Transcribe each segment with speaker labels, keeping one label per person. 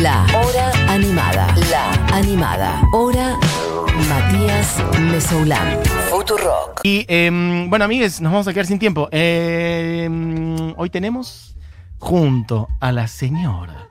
Speaker 1: La Hora Animada. La Animada. Hora Matías Mesoulán. Futurock.
Speaker 2: Y em, bueno, amigues, nos vamos a quedar sin tiempo. Em, hoy tenemos junto a la señora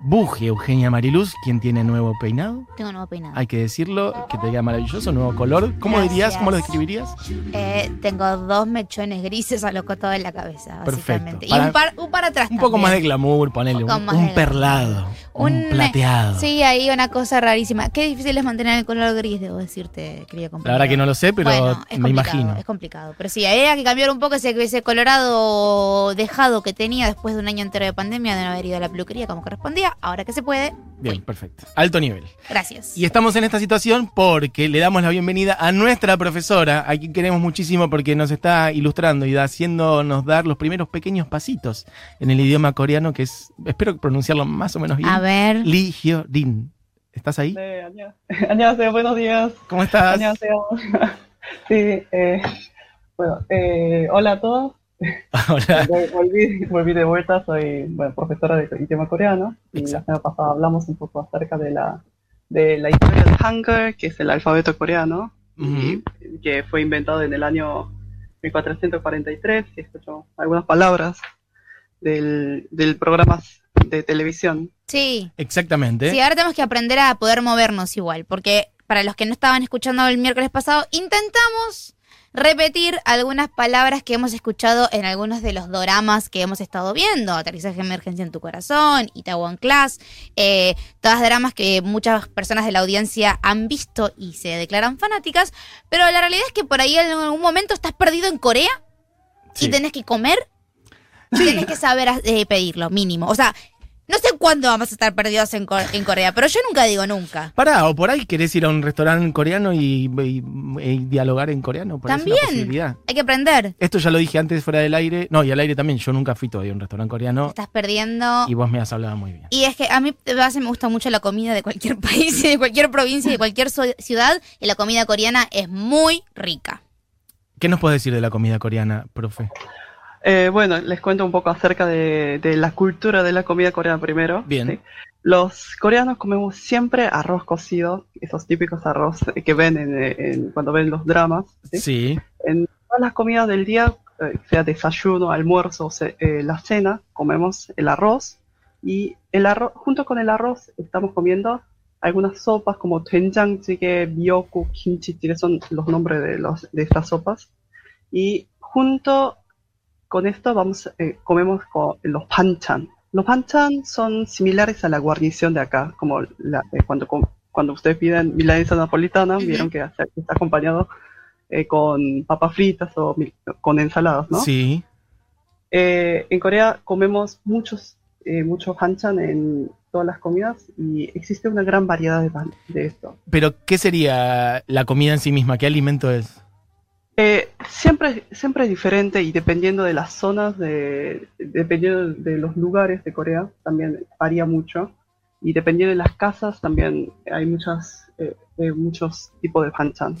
Speaker 2: Buje Eugenia Mariluz, quien tiene nuevo peinado.
Speaker 3: Tengo nuevo peinado.
Speaker 2: Hay que decirlo, que te queda maravilloso, nuevo color. ¿Cómo
Speaker 3: Gracias.
Speaker 2: dirías? ¿Cómo lo describirías?
Speaker 3: Eh, tengo dos mechones grises a los costados de la cabeza,
Speaker 2: Perfecto.
Speaker 3: básicamente.
Speaker 2: Para-
Speaker 3: y un par, un par atrás.
Speaker 2: Un poco
Speaker 3: también.
Speaker 2: más de glamour, ponele.
Speaker 3: Un
Speaker 2: Un,
Speaker 3: poco más
Speaker 2: un
Speaker 3: de-
Speaker 2: perlado. Un,
Speaker 3: Un-
Speaker 2: plateado.
Speaker 3: Sí, ahí una cosa rarísima. Qué difícil es mantener el color gris, debo decirte, querida
Speaker 2: La
Speaker 3: compañera.
Speaker 2: verdad que no lo sé, pero
Speaker 3: Bueno, es complicado,
Speaker 2: me imagino.
Speaker 3: Es complicado. Pero sí, había que cambiar un poco ese, ese colorado dejado que tenía después de un año entero de pandemia, de no haber ido a la peluquería como correspondía. Ahora que se puede,
Speaker 2: Bien, perfecto. Alto nivel.
Speaker 3: gracias.
Speaker 2: Y estamos en esta situación porque le damos la bienvenida a nuestra profesora, a quien queremos muchísimo porque nos está ilustrando y da- haciéndonos dar los primeros pequeños pasitos en el idioma coreano, que es, espero pronunciarlo más o menos bien.
Speaker 3: A ver.
Speaker 2: Lee Hyo-rin. ¿Estás ahí?
Speaker 4: 네, 안녕. 안녕하세요. Buenos días.
Speaker 2: ¿Cómo estás?
Speaker 4: 안녕하세요. sí, eh, bueno, eh, hola a todos.
Speaker 2: Hola.
Speaker 4: Vol- Volví, volví de vuelta, soy bueno, profesora de idioma coreano y
Speaker 2: Exacto.
Speaker 4: la semana pasada hablamos un poco acerca de la, de la historia del Hangul, que es el alfabeto coreano,
Speaker 2: Ujú.
Speaker 4: y- que fue inventado en el año 1443, que escuchó algunas palabras del, del programa de televisión.
Speaker 3: Sí.
Speaker 2: Exactamente.
Speaker 3: Sí, ahora tenemos que aprender a poder movernos igual, porque para los que no estaban escuchando el miércoles pasado, intentamos repetir algunas palabras que hemos escuchado en algunos de los doramas que hemos estado viendo, Aterrizaje Emergencia en tu Corazón, Itaewon Class, eh, todas dramas que muchas personas de la audiencia han visto y se declaran fanáticas, pero la realidad es que por ahí en algún momento estás perdido en Corea
Speaker 2: Sí.
Speaker 3: y tenés que comer, y tenés que saber eh, pedirlo, mínimo. O sea, no sé cuándo vamos a estar perdidos en, Cor- en Corea, pero yo nunca digo nunca.
Speaker 2: Pará, o por ahí querés ir a un restaurante coreano y, y- y dialogar en coreano. Por ahí es una
Speaker 3: También.
Speaker 2: posibilidad.
Speaker 3: Hay que aprender.
Speaker 2: Esto ya lo dije antes fuera del aire. No, y al aire también. Yo nunca fui todavía a un restaurante
Speaker 3: Te
Speaker 2: coreano
Speaker 3: Estás perdiendo.
Speaker 2: y vos me has hablado muy bien.
Speaker 3: Y es que a mí de base me gusta mucho la comida de cualquier país, y de cualquier provincia, y de cualquier so- ciudad, y la comida coreana es muy rica.
Speaker 2: ¿Qué nos puedes decir de la comida coreana, profe?
Speaker 4: Eh, bueno, les cuento un poco acerca de, de la cultura de la comida coreana primero.
Speaker 2: Bien.
Speaker 4: ¿sí? Los coreanos comemos siempre arroz cocido, esos típicos arroz que ven en, eh, en- cuando ven los dramas. ¿sí?
Speaker 2: Sí,
Speaker 4: En todas las comidas del día, eh, sea desayuno, almuerzo, o se- eh, la cena, comemos el arroz y el arroz, junto con el arroz estamos comiendo algunas sopas como doenjang jjigae, miyoku, kimchi jjigae, son los nombres de, los, de estas sopas. Y junto con esto vamos, eh, comemos co- los panchan. Los panchan son similares a la guarnición de acá, como la- eh, cuando, com- cuando ustedes piden milanesa napolitana,
Speaker 3: Ujú.
Speaker 4: vieron que hace- está acompañado eh, con papas fritas o mil- con ensaladas, ¿no?
Speaker 2: sí.
Speaker 4: Eh, en Corea comemos muchos, eh, mucho banchan en todas las comidas y existe una gran variedad de, ban- de esto.
Speaker 2: Pero, ¿qué sería la comida en sí misma? ¿Qué alimento es?
Speaker 4: Eh, siempre, siempre es diferente y dependiendo de las zonas, de, dependiendo de los lugares de Corea, también varía mucho. Y dependiendo de las casas, también hay muchas, eh, eh, muchos tipos de banchan.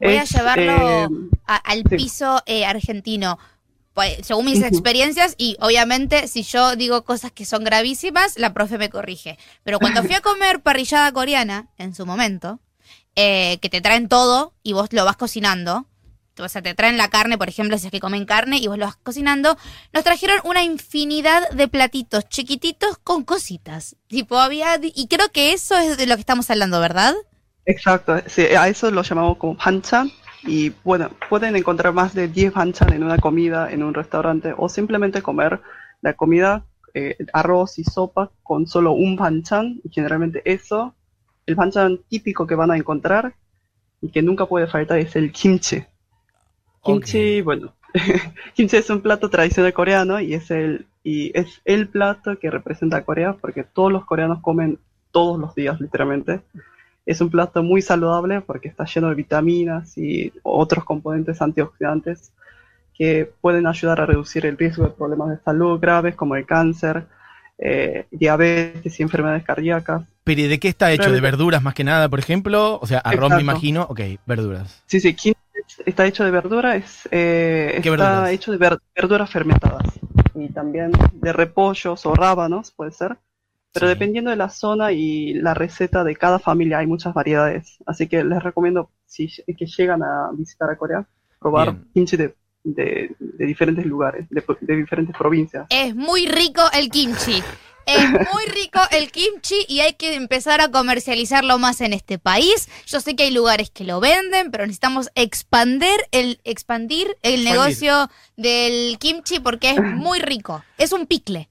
Speaker 3: Voy a llevarlo
Speaker 4: em,
Speaker 3: a- al
Speaker 4: Sí.
Speaker 3: piso eh, argentino. Pues, según mis
Speaker 4: Ujú.
Speaker 3: experiencias, y obviamente si yo digo cosas que son gravísimas, la profe me corrige. Pero cuando fui a comer parrillada coreana, en su momento, eh, que te traen todo y vos lo vas cocinando, o sea, te traen la carne, por ejemplo, si es que comen carne y vos lo vas cocinando, nos trajeron una infinidad de platitos chiquititos con cositas. Tipo, había, y creo que eso es de lo que estamos hablando, ¿verdad?
Speaker 4: Exacto, sí, a eso lo llamamos como banchan y bueno, pueden encontrar más de 10 banchan en una comida, en un restaurante o simplemente comer la comida, eh, arroz y sopa con solo un banchan y generalmente eso, el banchan típico que van a encontrar y que nunca puede faltar es el kimchi. Kimchi, bueno, kimchi es un plato tradicional coreano y es el y es el plato que representa a Corea porque todos los coreanos comen todos los días literalmente. Es un plato muy saludable porque está lleno de vitaminas y otros componentes antioxidantes que pueden ayudar a reducir el riesgo de problemas de salud graves como el cáncer, eh, diabetes y enfermedades cardíacas.
Speaker 2: ¿Pero ¿y de qué está hecho? ¿De
Speaker 4: Realmente-
Speaker 2: verduras más que nada, por ejemplo? O sea, arroz me
Speaker 4: Exacto.
Speaker 2: imagino. Ok, verduras.
Speaker 4: Sí, sí, kimchi está hecho de verdura, es, eh,
Speaker 2: ¿Qué
Speaker 4: está
Speaker 2: verduras?
Speaker 4: hecho de ver- verduras fermentadas y también de repollos o rábanos, puede ser, Pero
Speaker 2: Sí.
Speaker 4: dependiendo de la zona y la receta de cada familia hay muchas variedades. Así que les recomiendo, si que llegan a visitar a Corea, probar
Speaker 2: Bien.
Speaker 4: kimchi de, de- de diferentes lugares, de, de diferentes provincias.
Speaker 3: Es muy rico el kimchi. Es muy rico el kimchi y hay que empezar a comercializarlo más en este país. Yo sé que hay lugares que lo venden, pero necesitamos expander el, expandir el
Speaker 2: Expandir.
Speaker 3: negocio del kimchi porque es muy rico. Es un picle.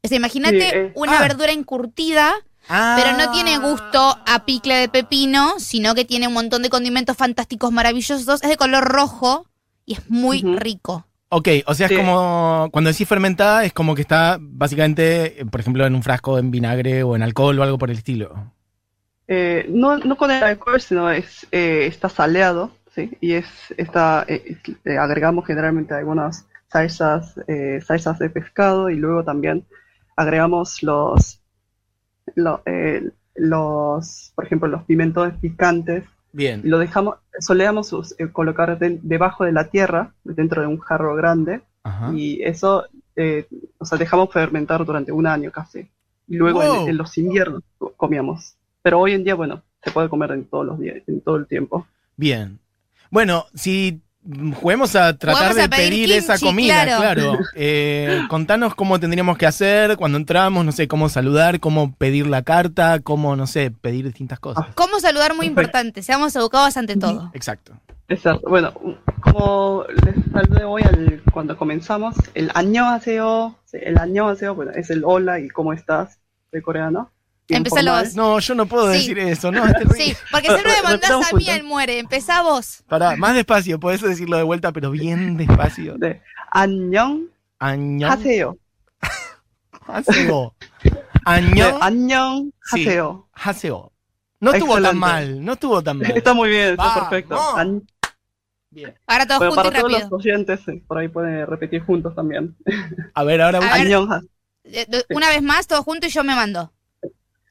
Speaker 3: O sea,
Speaker 4: Sí,
Speaker 3: imagínate
Speaker 4: es- Ah.
Speaker 3: una
Speaker 2: Ah.
Speaker 3: verdura encurtida, Ah. pero no tiene gusto a picle de pepino, sino que tiene un montón de condimentos fantásticos, maravillosos. Es de color rojo y es muy
Speaker 4: Ujú.
Speaker 3: rico.
Speaker 2: Ok, o sea,
Speaker 4: Sí.
Speaker 2: es como. Cuando decís fermentada, es como que está básicamente, eh, por ejemplo, en un frasco en vinagre o en alcohol o algo por el estilo.
Speaker 4: Eh, no, no con el alcohol, sino es, eh, está saleado, ¿sí? Y es, está, eh, eh, agregamos generalmente algunas salsas, eh, salsas de pescado y luego también agregamos los, lo- eh, los, por ejemplo, los pimentones picantes
Speaker 2: Bien.
Speaker 4: y lo dejamos, soleamos us- eh, colocar de- debajo de la tierra, dentro de un jarro grande
Speaker 2: Ajá.
Speaker 4: y eso, eh, o sea, dejamos fermentar durante un año casi. Y luego en-
Speaker 2: Wow.
Speaker 4: en, los inviernos co- comíamos. Pero hoy en día, bueno, se puede comer en todos los días, en todo el tiempo.
Speaker 2: Bien. Bueno, si mm, juguemos a tratar
Speaker 3: Juguemos
Speaker 2: de
Speaker 3: a pedir
Speaker 2: pedir, esa
Speaker 3: kimchi,
Speaker 2: comida,
Speaker 3: claro.
Speaker 2: claro. Eh, contanos cómo tendríamos que hacer cuando entramos, no sé, cómo saludar, cómo pedir la carta, cómo, no sé, pedir distintas cosas.
Speaker 3: ¿Cómo saludar? Muy
Speaker 4: Perfecto.
Speaker 3: importante. Seamos educados ante todo.
Speaker 2: Exacto.
Speaker 4: Exacto. Bueno, como les saludé hoy al- cuando comenzamos, el 안녕하세요, sí, el 안녕하세요, bueno, es el hola y cómo estás de coreano. Bien
Speaker 3: Empezalo
Speaker 4: formal.
Speaker 3: vos.
Speaker 2: No, yo no puedo
Speaker 3: Sí.
Speaker 2: decir eso, no, es terrible.
Speaker 3: Sí, porque siempre me
Speaker 4: Bueno,
Speaker 3: mandás
Speaker 4: repitamos
Speaker 3: a mí
Speaker 4: juntos.
Speaker 3: al muere. Empezá vos.
Speaker 2: Pará, más despacio, podés decirlo de vuelta, pero bien despacio.
Speaker 4: De 안녕하세요.
Speaker 2: Añón. Haseo.
Speaker 4: De
Speaker 2: Añón.
Speaker 4: 안녕하세요.
Speaker 2: Haseo. No estuvo tan
Speaker 4: Excelente.
Speaker 2: mal, no estuvo tan mal.
Speaker 4: Está muy bien, está
Speaker 2: Vamos.
Speaker 4: perfecto. 안-
Speaker 2: Bien.
Speaker 3: Ahora todos
Speaker 4: Bueno,
Speaker 3: juntos y
Speaker 4: para todos los
Speaker 3: rápido.
Speaker 4: oyentes, sí, por ahí pueden repetir juntos también.
Speaker 2: A ver, ahora
Speaker 3: A ver.
Speaker 4: 안녕하,
Speaker 3: Eh, do- Una vez más, todos juntos y yo me mando.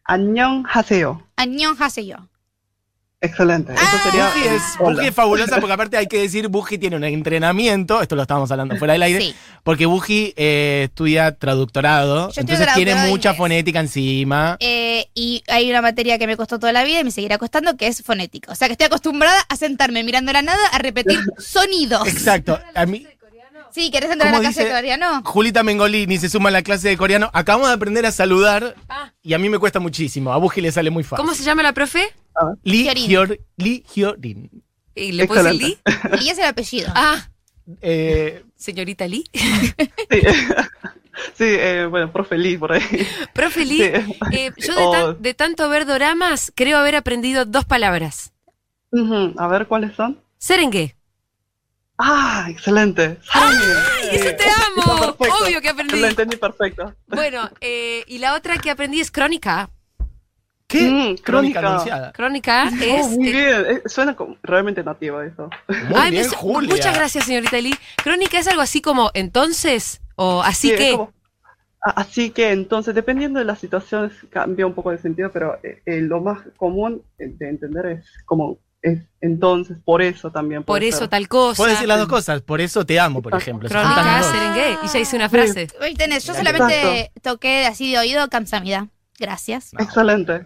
Speaker 4: 안녕하세요.
Speaker 3: Añón yo.
Speaker 4: Excelente. Eso
Speaker 3: Ah,
Speaker 4: sería.
Speaker 2: Buji es,
Speaker 4: Hola.
Speaker 2: Buji es fabulosa porque aparte hay que decir, Buji tiene un entrenamiento, esto lo estábamos hablando fuera del aire,
Speaker 3: Sí.
Speaker 2: porque Buji eh, estudia traductorado,
Speaker 3: Yo estudio
Speaker 2: entonces tiene
Speaker 3: traductorado de
Speaker 2: mucha
Speaker 3: inglés.
Speaker 2: fonética encima.
Speaker 3: Eh, y hay una materia que me costó toda la vida y me seguirá costando, que es fonética. O sea que estoy acostumbrada a sentarme mirando la nada a repetir sonidos.
Speaker 2: Exacto. A mí,
Speaker 3: Sí, ¿querés entrar a
Speaker 2: ¿Cómo
Speaker 3: la clase de
Speaker 2: dice?
Speaker 3: coreano?
Speaker 2: Julita Mengolini se suma a la clase de coreano. Acabamos de aprender a saludar
Speaker 5: Ah.
Speaker 2: y a mí me cuesta muchísimo. A Buji le sale muy fácil.
Speaker 5: ¿Cómo se llama la profe?
Speaker 2: Lee
Speaker 3: Hyorin.
Speaker 2: Hyor- Lee Hyorin.
Speaker 5: Eh, ¿Le puedo decir Lee?
Speaker 4: Excelente.
Speaker 3: Y es el apellido.
Speaker 5: Ah,
Speaker 2: Eh,
Speaker 5: señorita Lee.
Speaker 4: Sí, Sí, eh, bueno, profe Lee por ahí.
Speaker 5: Profe Lee,
Speaker 4: Sí.
Speaker 5: eh, yo de,
Speaker 4: Oh.
Speaker 5: tan- de tanto ver doramas creo haber aprendido dos palabras.
Speaker 4: Ujú, A ver cuáles son.
Speaker 5: Serenge.
Speaker 4: Ah, excelente. ¡Ay,
Speaker 5: ¡Eso te amo! Obvio que aprendí.
Speaker 4: Lo entendí perfecto.
Speaker 5: Bueno, eh, y la otra que aprendí es crónica.
Speaker 2: ¿Qué?
Speaker 4: Mm,
Speaker 2: crónica
Speaker 4: crónica.
Speaker 2: anunciada.
Speaker 5: Crónica es...
Speaker 4: Oh, muy
Speaker 5: eh,
Speaker 4: bien. Eh, Suena como realmente nativo eso.
Speaker 2: Muy
Speaker 5: ay, me
Speaker 2: bien,
Speaker 5: so-
Speaker 2: Julia.
Speaker 5: Muchas gracias, señorita Lee. Crónica es algo así como entonces o así
Speaker 4: Sí, es
Speaker 5: que...
Speaker 4: como- a- Así que entonces, dependiendo de las situaciones, cambia un poco de sentido, pero eh, eh, lo más común eh, de entender es como es entonces, por eso también.
Speaker 5: por
Speaker 4: puede
Speaker 5: eso
Speaker 4: ser.
Speaker 5: tal cosa.
Speaker 2: Puedes decir las dos cosas. Por eso te amo, por ejemplo. Son
Speaker 5: Crónica,
Speaker 2: tan
Speaker 3: Ah.
Speaker 2: dos.
Speaker 5: Serengé. Y ya hice una frase.
Speaker 3: Ahí tenés, yo solamente
Speaker 4: Exacto.
Speaker 3: toqué así de oído Kamsamida. Gracias.
Speaker 2: No,
Speaker 4: Excelente.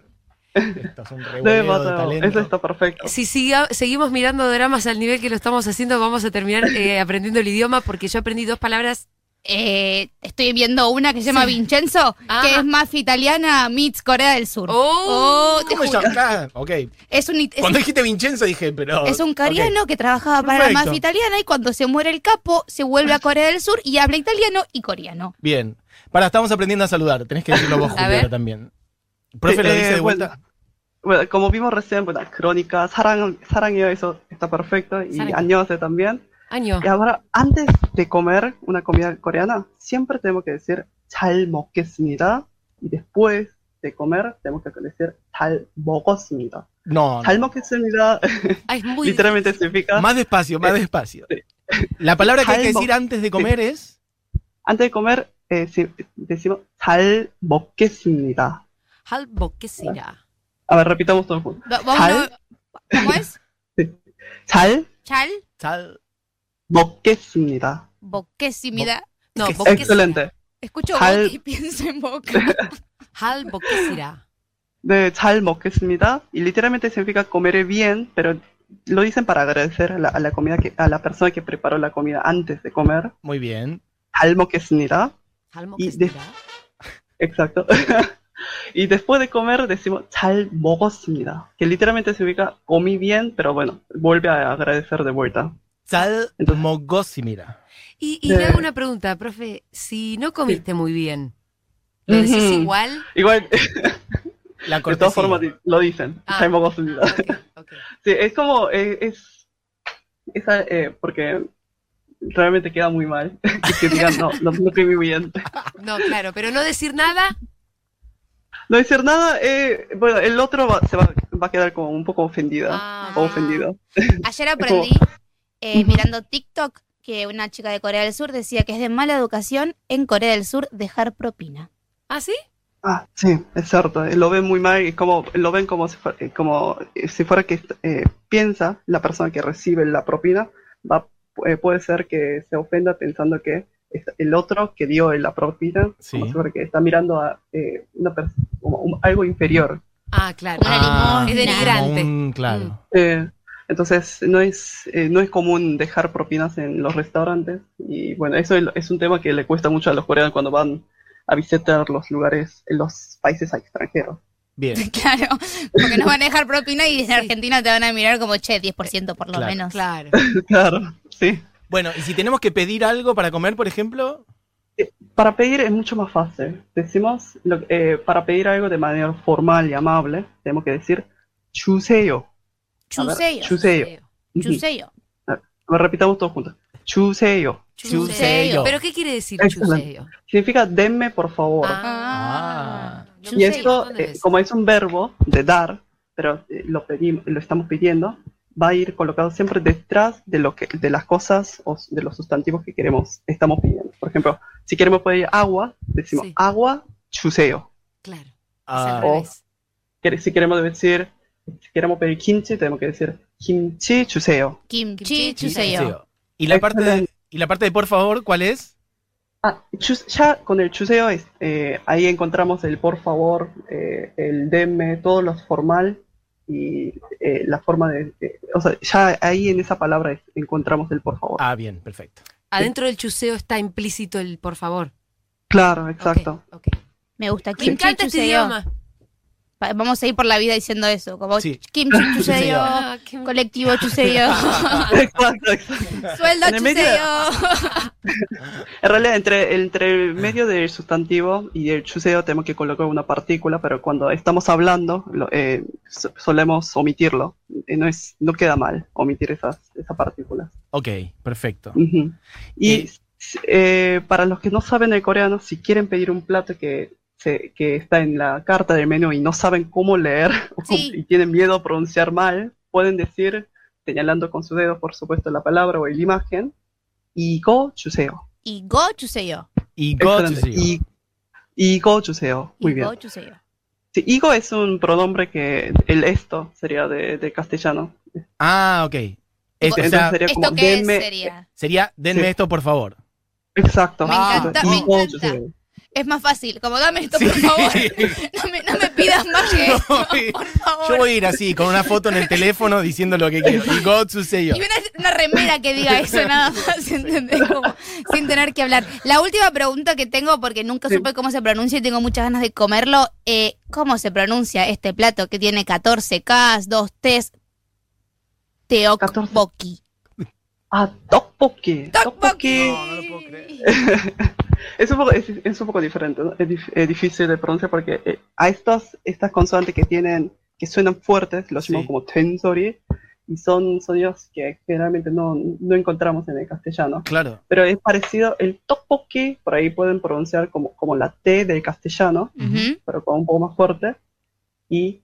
Speaker 2: esto es un
Speaker 4: Debe
Speaker 2: revoleo de
Speaker 4: pasar.
Speaker 2: talento.
Speaker 4: Eso está perfecto.
Speaker 5: Si siga- seguimos mirando dramas al nivel que lo estamos haciendo, vamos a terminar eh, aprendiendo el idioma porque yo aprendí dos palabras.
Speaker 3: Eh, estoy viendo una que se llama Vincenzo,
Speaker 5: Ah.
Speaker 3: que es mafia italiana meets Corea del Sur.
Speaker 5: ¡Oh!
Speaker 3: Oh, te
Speaker 2: ¿Cómo
Speaker 3: juro.
Speaker 2: se llama? Ah, ok.
Speaker 3: Es un, it- es
Speaker 2: Cuando
Speaker 3: un-
Speaker 2: dijiste Vincenzo dije, pero.
Speaker 3: es un
Speaker 2: ok.
Speaker 3: coreano que trabajaba para la
Speaker 2: Perfecto.
Speaker 3: mafia italiana y cuando se muere el capo se vuelve a Corea del Sur y habla italiano y coreano.
Speaker 2: Bien. Para, estamos aprendiendo a saludar. Tenés que decirlo vos,
Speaker 5: A
Speaker 2: Julia,
Speaker 5: ver.
Speaker 2: ahora también. Profe, lo
Speaker 4: Eh,
Speaker 2: dice de
Speaker 4: bueno.
Speaker 2: vuelta.
Speaker 4: Bueno, como vimos recién, bueno, crónica, sarang, sarangeo, eso está perfecto, y
Speaker 5: Sarang.
Speaker 4: añose también.
Speaker 5: Año.
Speaker 4: Y ahora, antes de comer una comida coreana, siempre tenemos que decir 잘 먹겠습니다, y después de comer, tenemos que decir 잘 먹었습니다.
Speaker 2: Ah, No,
Speaker 4: 잘 먹겠습니다
Speaker 5: Ay, Ah, es muy
Speaker 4: literalmente significa
Speaker 2: no. Más despacio, más
Speaker 4: Eh,
Speaker 2: despacio. La palabra que hay que
Speaker 4: Salmo.
Speaker 2: decir antes de comer es.
Speaker 4: antes de comer eh, si- decimos 잘 먹겠습니다.
Speaker 5: Halbo, ¿qué será?
Speaker 4: A ver, repitamos todos juntos.
Speaker 3: Va- vamos
Speaker 4: Chal.
Speaker 3: a- ¿Cómo es?
Speaker 4: 잘
Speaker 3: Chal,
Speaker 2: sal-
Speaker 4: 먹겠습니다.
Speaker 3: boquesimida.
Speaker 5: No,
Speaker 2: Es
Speaker 5: vos qué será.
Speaker 4: Excelente.
Speaker 3: Escucho
Speaker 4: Chal.
Speaker 3: boca y pienso en boca.
Speaker 5: Halbo, ¿qué será?
Speaker 4: 네, 잘 먹겠습니다. Y literalmente significa comeré bien, pero lo dicen para agradecer a la, a la comida que, a la persona que preparó la comida antes de comer.
Speaker 2: Muy bien.
Speaker 4: 잘 먹겠습니다.
Speaker 5: Halbo,
Speaker 4: Y
Speaker 5: ¿qué
Speaker 4: de-
Speaker 5: será?
Speaker 4: Exacto. y después de comer decimos 잘 먹었습니다, que literalmente significa comí bien, pero bueno, vuelve a agradecer de vuelta.
Speaker 2: Sal
Speaker 4: Entonces-
Speaker 2: mogosimira.
Speaker 5: Y, y
Speaker 4: de-
Speaker 5: le hago una pregunta, profe. Si no comiste muy bien, ¿lo decís
Speaker 4: Ujú.
Speaker 5: igual?
Speaker 4: Igual,
Speaker 2: La
Speaker 4: de todas formas
Speaker 2: cortesía.
Speaker 4: di- lo dicen.
Speaker 5: Ah.
Speaker 4: 잘 먹었습니다.
Speaker 5: Ok, ok.
Speaker 4: Sí, es como, eh, es, esa, eh, porque realmente queda muy mal que digan, no, no, no comí bien.
Speaker 5: No, claro, pero no decir nada.
Speaker 4: No decir nada, eh, bueno, el otro va- se va, va a quedar como un poco ofendida
Speaker 5: Ah,
Speaker 4: o ofendido.
Speaker 3: Ayer aprendí, eh, mirando TikTok, que una chica de Corea del Sur decía que es de mala educación en Corea del Sur dejar propina.
Speaker 5: ¿Ah, sí?
Speaker 4: Ah, sí, es cierto, eh, lo ven muy mal y como, lo ven como si fuera, eh, como eh, si fuera que eh, piensa la persona que recibe la propina, va, eh, puede ser que se ofenda pensando que es el otro que dio la propina,
Speaker 2: Sí.
Speaker 4: como si fuera que está mirando a eh, una pers- como un- algo inferior.
Speaker 5: Ah, claro.
Speaker 3: Una
Speaker 2: Ah,
Speaker 5: limosna. Es
Speaker 2: como
Speaker 5: denigrante.
Speaker 2: un- claro.
Speaker 5: Mm.
Speaker 4: Eh, entonces no es eh, no es común dejar propinas en los restaurantes y bueno, eso es, es un tema que le cuesta mucho a los coreanos cuando van a visitar los lugares en los países extranjeros.
Speaker 2: Bien.
Speaker 3: Claro, porque nos van a dejar propina y desde
Speaker 5: Sí.
Speaker 3: Argentina te van a mirar como, che, 10% por lo
Speaker 2: Claro.
Speaker 3: menos.
Speaker 5: Claro.
Speaker 4: Claro, sí.
Speaker 2: Bueno, y si tenemos que pedir algo para comer, por ejemplo,
Speaker 4: Para pedir es mucho más fácil. Decimos lo- eh, para pedir algo de manera formal y amable, tenemos que decir 주세요. A ver,
Speaker 3: Chuseyo,
Speaker 4: 주세요. Ujú.
Speaker 3: chuseyo.
Speaker 4: A ver, repitamos todos juntos. 주세요.
Speaker 5: Chuseyo.
Speaker 2: Chuseyo.
Speaker 5: ¿Pero qué quiere decir
Speaker 4: Excelente.
Speaker 5: chuseyo?
Speaker 4: Significa denme por favor.
Speaker 2: Ah.
Speaker 5: Lo
Speaker 4: Y
Speaker 5: usé un
Speaker 4: esto,
Speaker 5: montón de
Speaker 4: eh,
Speaker 5: veces.
Speaker 4: como es un verbo de dar, pero eh, lo pedimos, lo estamos pidiendo, va a ir colocado siempre detrás de lo que, de las cosas o s- de los sustantivos que queremos, estamos pidiendo. Por ejemplo, si queremos pedir agua, decimos
Speaker 5: Sí.
Speaker 4: agua chuseo.
Speaker 5: Claro. es al
Speaker 2: ah,
Speaker 4: o-
Speaker 5: revés.
Speaker 4: Que- Si queremos decir, si queremos pedir kimchi, tenemos que decir kimchi chuseo.
Speaker 3: Kimchi
Speaker 5: Kimchi,
Speaker 3: chuseyo.
Speaker 2: deseo. y la parte de, y la parte de por favor, ¿cuál es?
Speaker 4: Ah, chus- ya con el chuseo es, eh, ahí encontramos el por favor, eh, el denme, todo lo formal y eh, la forma de, eh, o sea, ya ahí en esa palabra es- encontramos el por favor.
Speaker 2: Ah, bien, perfecto.
Speaker 5: Adentro del chuseo está implícito el por favor.
Speaker 4: Claro, exacto.
Speaker 5: Ok, ok.
Speaker 3: Me gusta
Speaker 5: Me
Speaker 3: kimchi
Speaker 5: encanta este
Speaker 3: chuseyo.
Speaker 5: idioma.
Speaker 3: Pa- Vamos a ir por la vida diciendo eso, como
Speaker 2: Sí.
Speaker 3: kimchi chuseyo,
Speaker 5: Ah, qué-
Speaker 3: colectivo chuseyo,
Speaker 4: Exacto, exacto.
Speaker 3: sueldo
Speaker 4: En el medio-
Speaker 3: chuseyo.
Speaker 4: En realidad, entre, entre el medio del sustantivo y el chuseo tenemos que colocar una partícula, pero cuando estamos hablando lo- eh, so- solemos omitirlo. Eh, No, es, no queda mal omitir esas, esas partículas.
Speaker 2: Ok, perfecto.
Speaker 4: Ujú.
Speaker 2: Eh,
Speaker 4: Y eh, para los que no saben el coreano, si quieren pedir un plato que, se- que está en la carta del menú y no saben cómo leer
Speaker 3: Sí.
Speaker 4: y tienen miedo a pronunciar mal, pueden decir, señalando con su dedo, por supuesto, la palabra o la imagen, Igo chuseo.
Speaker 3: Y go chuseyo.
Speaker 2: Y go
Speaker 4: Excelente.
Speaker 2: to see you.
Speaker 4: I- Igo chuseo. Muy
Speaker 3: Y
Speaker 4: bien.
Speaker 3: go chuseyo.
Speaker 4: Sí, Igo es un pronombre que el esto sería de, de castellano.
Speaker 2: Ah, ok. Es- o
Speaker 4: Entonces
Speaker 2: sea,
Speaker 4: sería como
Speaker 3: ¿Esto qué es?
Speaker 4: denme-
Speaker 3: sería?
Speaker 2: sería, denme
Speaker 4: Sí.
Speaker 2: esto, por favor.
Speaker 4: Exacto.
Speaker 3: Me
Speaker 2: Ah,
Speaker 3: encanta, me
Speaker 4: Entonces, "Igo
Speaker 3: encanta.
Speaker 4: chuseo".
Speaker 3: Es más fácil, como dame esto, por
Speaker 2: Sí.
Speaker 3: favor. No me, no me pidas más que esto, por
Speaker 2: Yo
Speaker 3: favor.
Speaker 2: voy a ir así, con una foto en el teléfono diciendo lo que quiero. Y go to see you.
Speaker 3: Y una, una remera que diga eso nada más, ¿entendés? Como sin tener que hablar. La última pregunta que tengo, porque nunca
Speaker 4: Sí.
Speaker 3: supe cómo se pronuncia y tengo muchas ganas de comerlo, eh, ¿cómo se pronuncia este plato que tiene 14 Ks, 2 Ts, teokboki?
Speaker 4: Ah, tteokbokki.
Speaker 3: Tteokbokki.
Speaker 4: Tteokbokki. Es un poco, es, es un poco diferente, ¿no? Es, dif- es difícil de pronunciar porque eh, a estas, estas consonantes que tienen, que suenan fuertes, los
Speaker 2: Sí.
Speaker 4: llamamos como tensori, y son sonidos que generalmente no, no encontramos en el castellano.
Speaker 2: Claro.
Speaker 4: Pero es parecido, el tteokbokki, por ahí pueden pronunciar como, como la T del castellano,
Speaker 3: Ujú.
Speaker 4: pero con un poco más fuerte, y,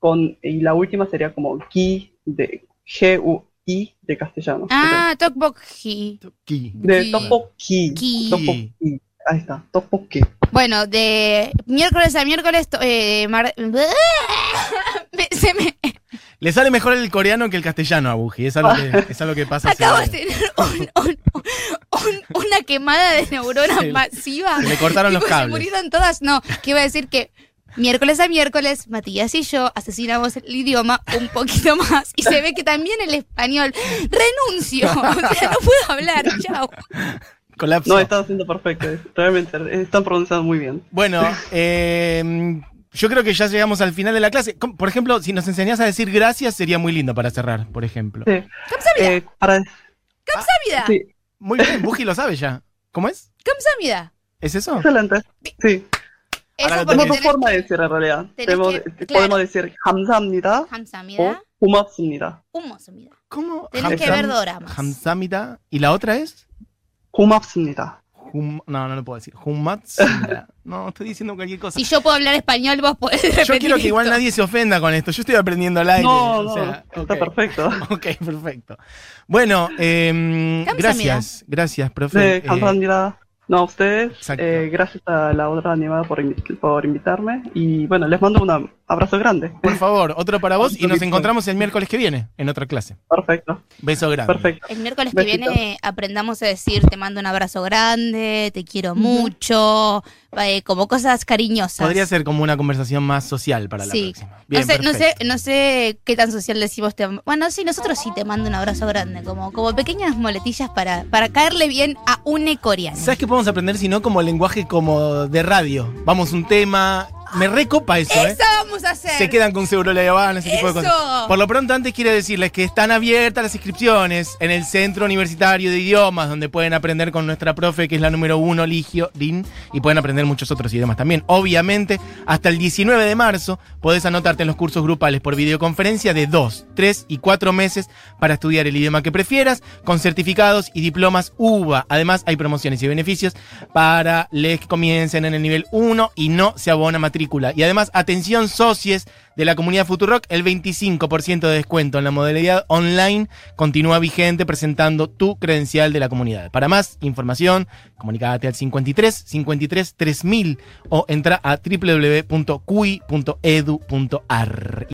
Speaker 4: con, y la última sería como gi, de G-U-I de castellano.
Speaker 3: Ah, tteokbokki.
Speaker 2: Ki.
Speaker 4: De
Speaker 3: Gi.
Speaker 4: tteokbokki.
Speaker 3: Ki.
Speaker 4: Tteokbokki. Ahí está, tteokbokki.
Speaker 3: Bueno, de miércoles a miércoles, to- eh, mar- Me- se me-
Speaker 2: Le sale mejor el coreano que el castellano a Buji. Es algo que, es algo que pasa.
Speaker 3: Acabo de
Speaker 2: siempre.
Speaker 3: tener un- un- un- una quemada de neuronas
Speaker 2: Sí.
Speaker 3: masiva.
Speaker 2: Se le cortaron los
Speaker 3: Tipo,
Speaker 2: cables.
Speaker 3: Se murieron todas. No, que iba a decir que miércoles a miércoles, Matías y yo asesinamos el idioma un poquito más. Y se ve que también el español. Renuncio. O sea, no puedo hablar. Chao.
Speaker 2: Colapso.
Speaker 4: No, está haciendo perfecto. Realmente, están pronunciando muy bien.
Speaker 2: Bueno, eh, yo creo que ya llegamos al final de la clase. Com- Por ejemplo, si nos enseñás a decir gracias, sería muy lindo para cerrar, por ejemplo.
Speaker 4: Sí.
Speaker 3: Kamsamida.
Speaker 4: Eh, para,
Speaker 3: Kamsamida.
Speaker 4: Eh, sí,
Speaker 2: Muy bien, Buji lo sabe ya. ¿Cómo es?
Speaker 3: Kamsamida.
Speaker 2: ¿Es eso?
Speaker 4: excelente. Sí.
Speaker 2: Ahora
Speaker 3: Eso
Speaker 2: lo
Speaker 4: Tenemos
Speaker 3: porque
Speaker 2: tenés
Speaker 4: dos
Speaker 3: tenés
Speaker 4: formas de decir en realidad.
Speaker 3: tenés
Speaker 4: Tenemos-
Speaker 3: que- claro.
Speaker 4: eh, Podemos decir 감사합니다 o
Speaker 3: Kamsamida,
Speaker 4: 고맙습니다.
Speaker 3: humosumida.
Speaker 2: ¿Cómo?
Speaker 3: Tenés que
Speaker 2: Hamsam-
Speaker 3: ver doramas.
Speaker 2: Hamsamita. ¿Y la otra es?
Speaker 4: 고맙습니다.
Speaker 2: Hum- no, no lo puedo decir. Humatsamita. No, estoy diciendo cualquier cosa.
Speaker 3: Si yo puedo hablar español, vos podés repetir
Speaker 2: Yo quiero que igual
Speaker 3: esto.
Speaker 2: nadie se ofenda con esto. Yo estoy aprendiendo al aire.
Speaker 4: No,
Speaker 2: o
Speaker 4: no,
Speaker 2: sea,
Speaker 4: está
Speaker 2: ok.
Speaker 4: perfecto.
Speaker 2: Ok, perfecto. Bueno, em,
Speaker 3: Kamsamida.
Speaker 2: gracias, gracias, profe.
Speaker 4: Sí,
Speaker 2: Eh,
Speaker 4: 감사합니다. No, a ustedes.
Speaker 2: Exacto.
Speaker 4: Eh, gracias a la otra animada por, invi- por invitarme. Y bueno, les mando un abrazo grande.
Speaker 2: por favor, otro para vos y nos
Speaker 4: Absolutamente.
Speaker 2: encontramos el miércoles que viene en otra clase.
Speaker 4: Perfecto,
Speaker 2: Beso grande.
Speaker 4: perfecto.
Speaker 3: El miércoles que
Speaker 4: Besito.
Speaker 3: viene aprendamos a decir te mando un abrazo grande, te quiero mucho, eh, como cosas cariñosas.
Speaker 2: Podría ser como una conversación más social para la
Speaker 3: Sí.
Speaker 2: próxima.
Speaker 3: No
Speaker 2: Bien,
Speaker 3: sé, no, sé,
Speaker 2: perfecto.
Speaker 3: no sé qué tan social decimos. Te, bueno, sí, nosotros sí te mando un abrazo grande, como, como pequeñas moletillas para, para caerle bien a un coreano.
Speaker 2: ¿Sabes qué podemos aprender si no como lenguaje como de radio? Vamos un tema. Me recopa eso, ¿eh?
Speaker 3: Eso vamos a hacer.
Speaker 2: Se quedan con seguro la Habana, ese tipo de
Speaker 3: Eso.
Speaker 2: cosas. Por lo pronto, antes quiero decirles que están abiertas las inscripciones en el Centro Universitario de Idiomas, donde pueden aprender con nuestra profe, que es la número uno, Ligio Lin, y pueden aprender muchos otros idiomas también. Obviamente, hasta el 19 de marzo podés anotarte en los cursos grupales por videoconferencia de 2, 3 y 4 meses para estudiar el idioma que prefieras, con certificados y diplomas UBA. Además, hay promociones y beneficios para les que comiencen en el nivel 1 y no se abona matrícula. Y además, atención socies de la comunidad Futurock, el 25% de descuento en la modalidad online continúa vigente presentando tu credencial de la comunidad. Para más información, comunícate al 53 53 3000 o entra a www.cui.edu.ar.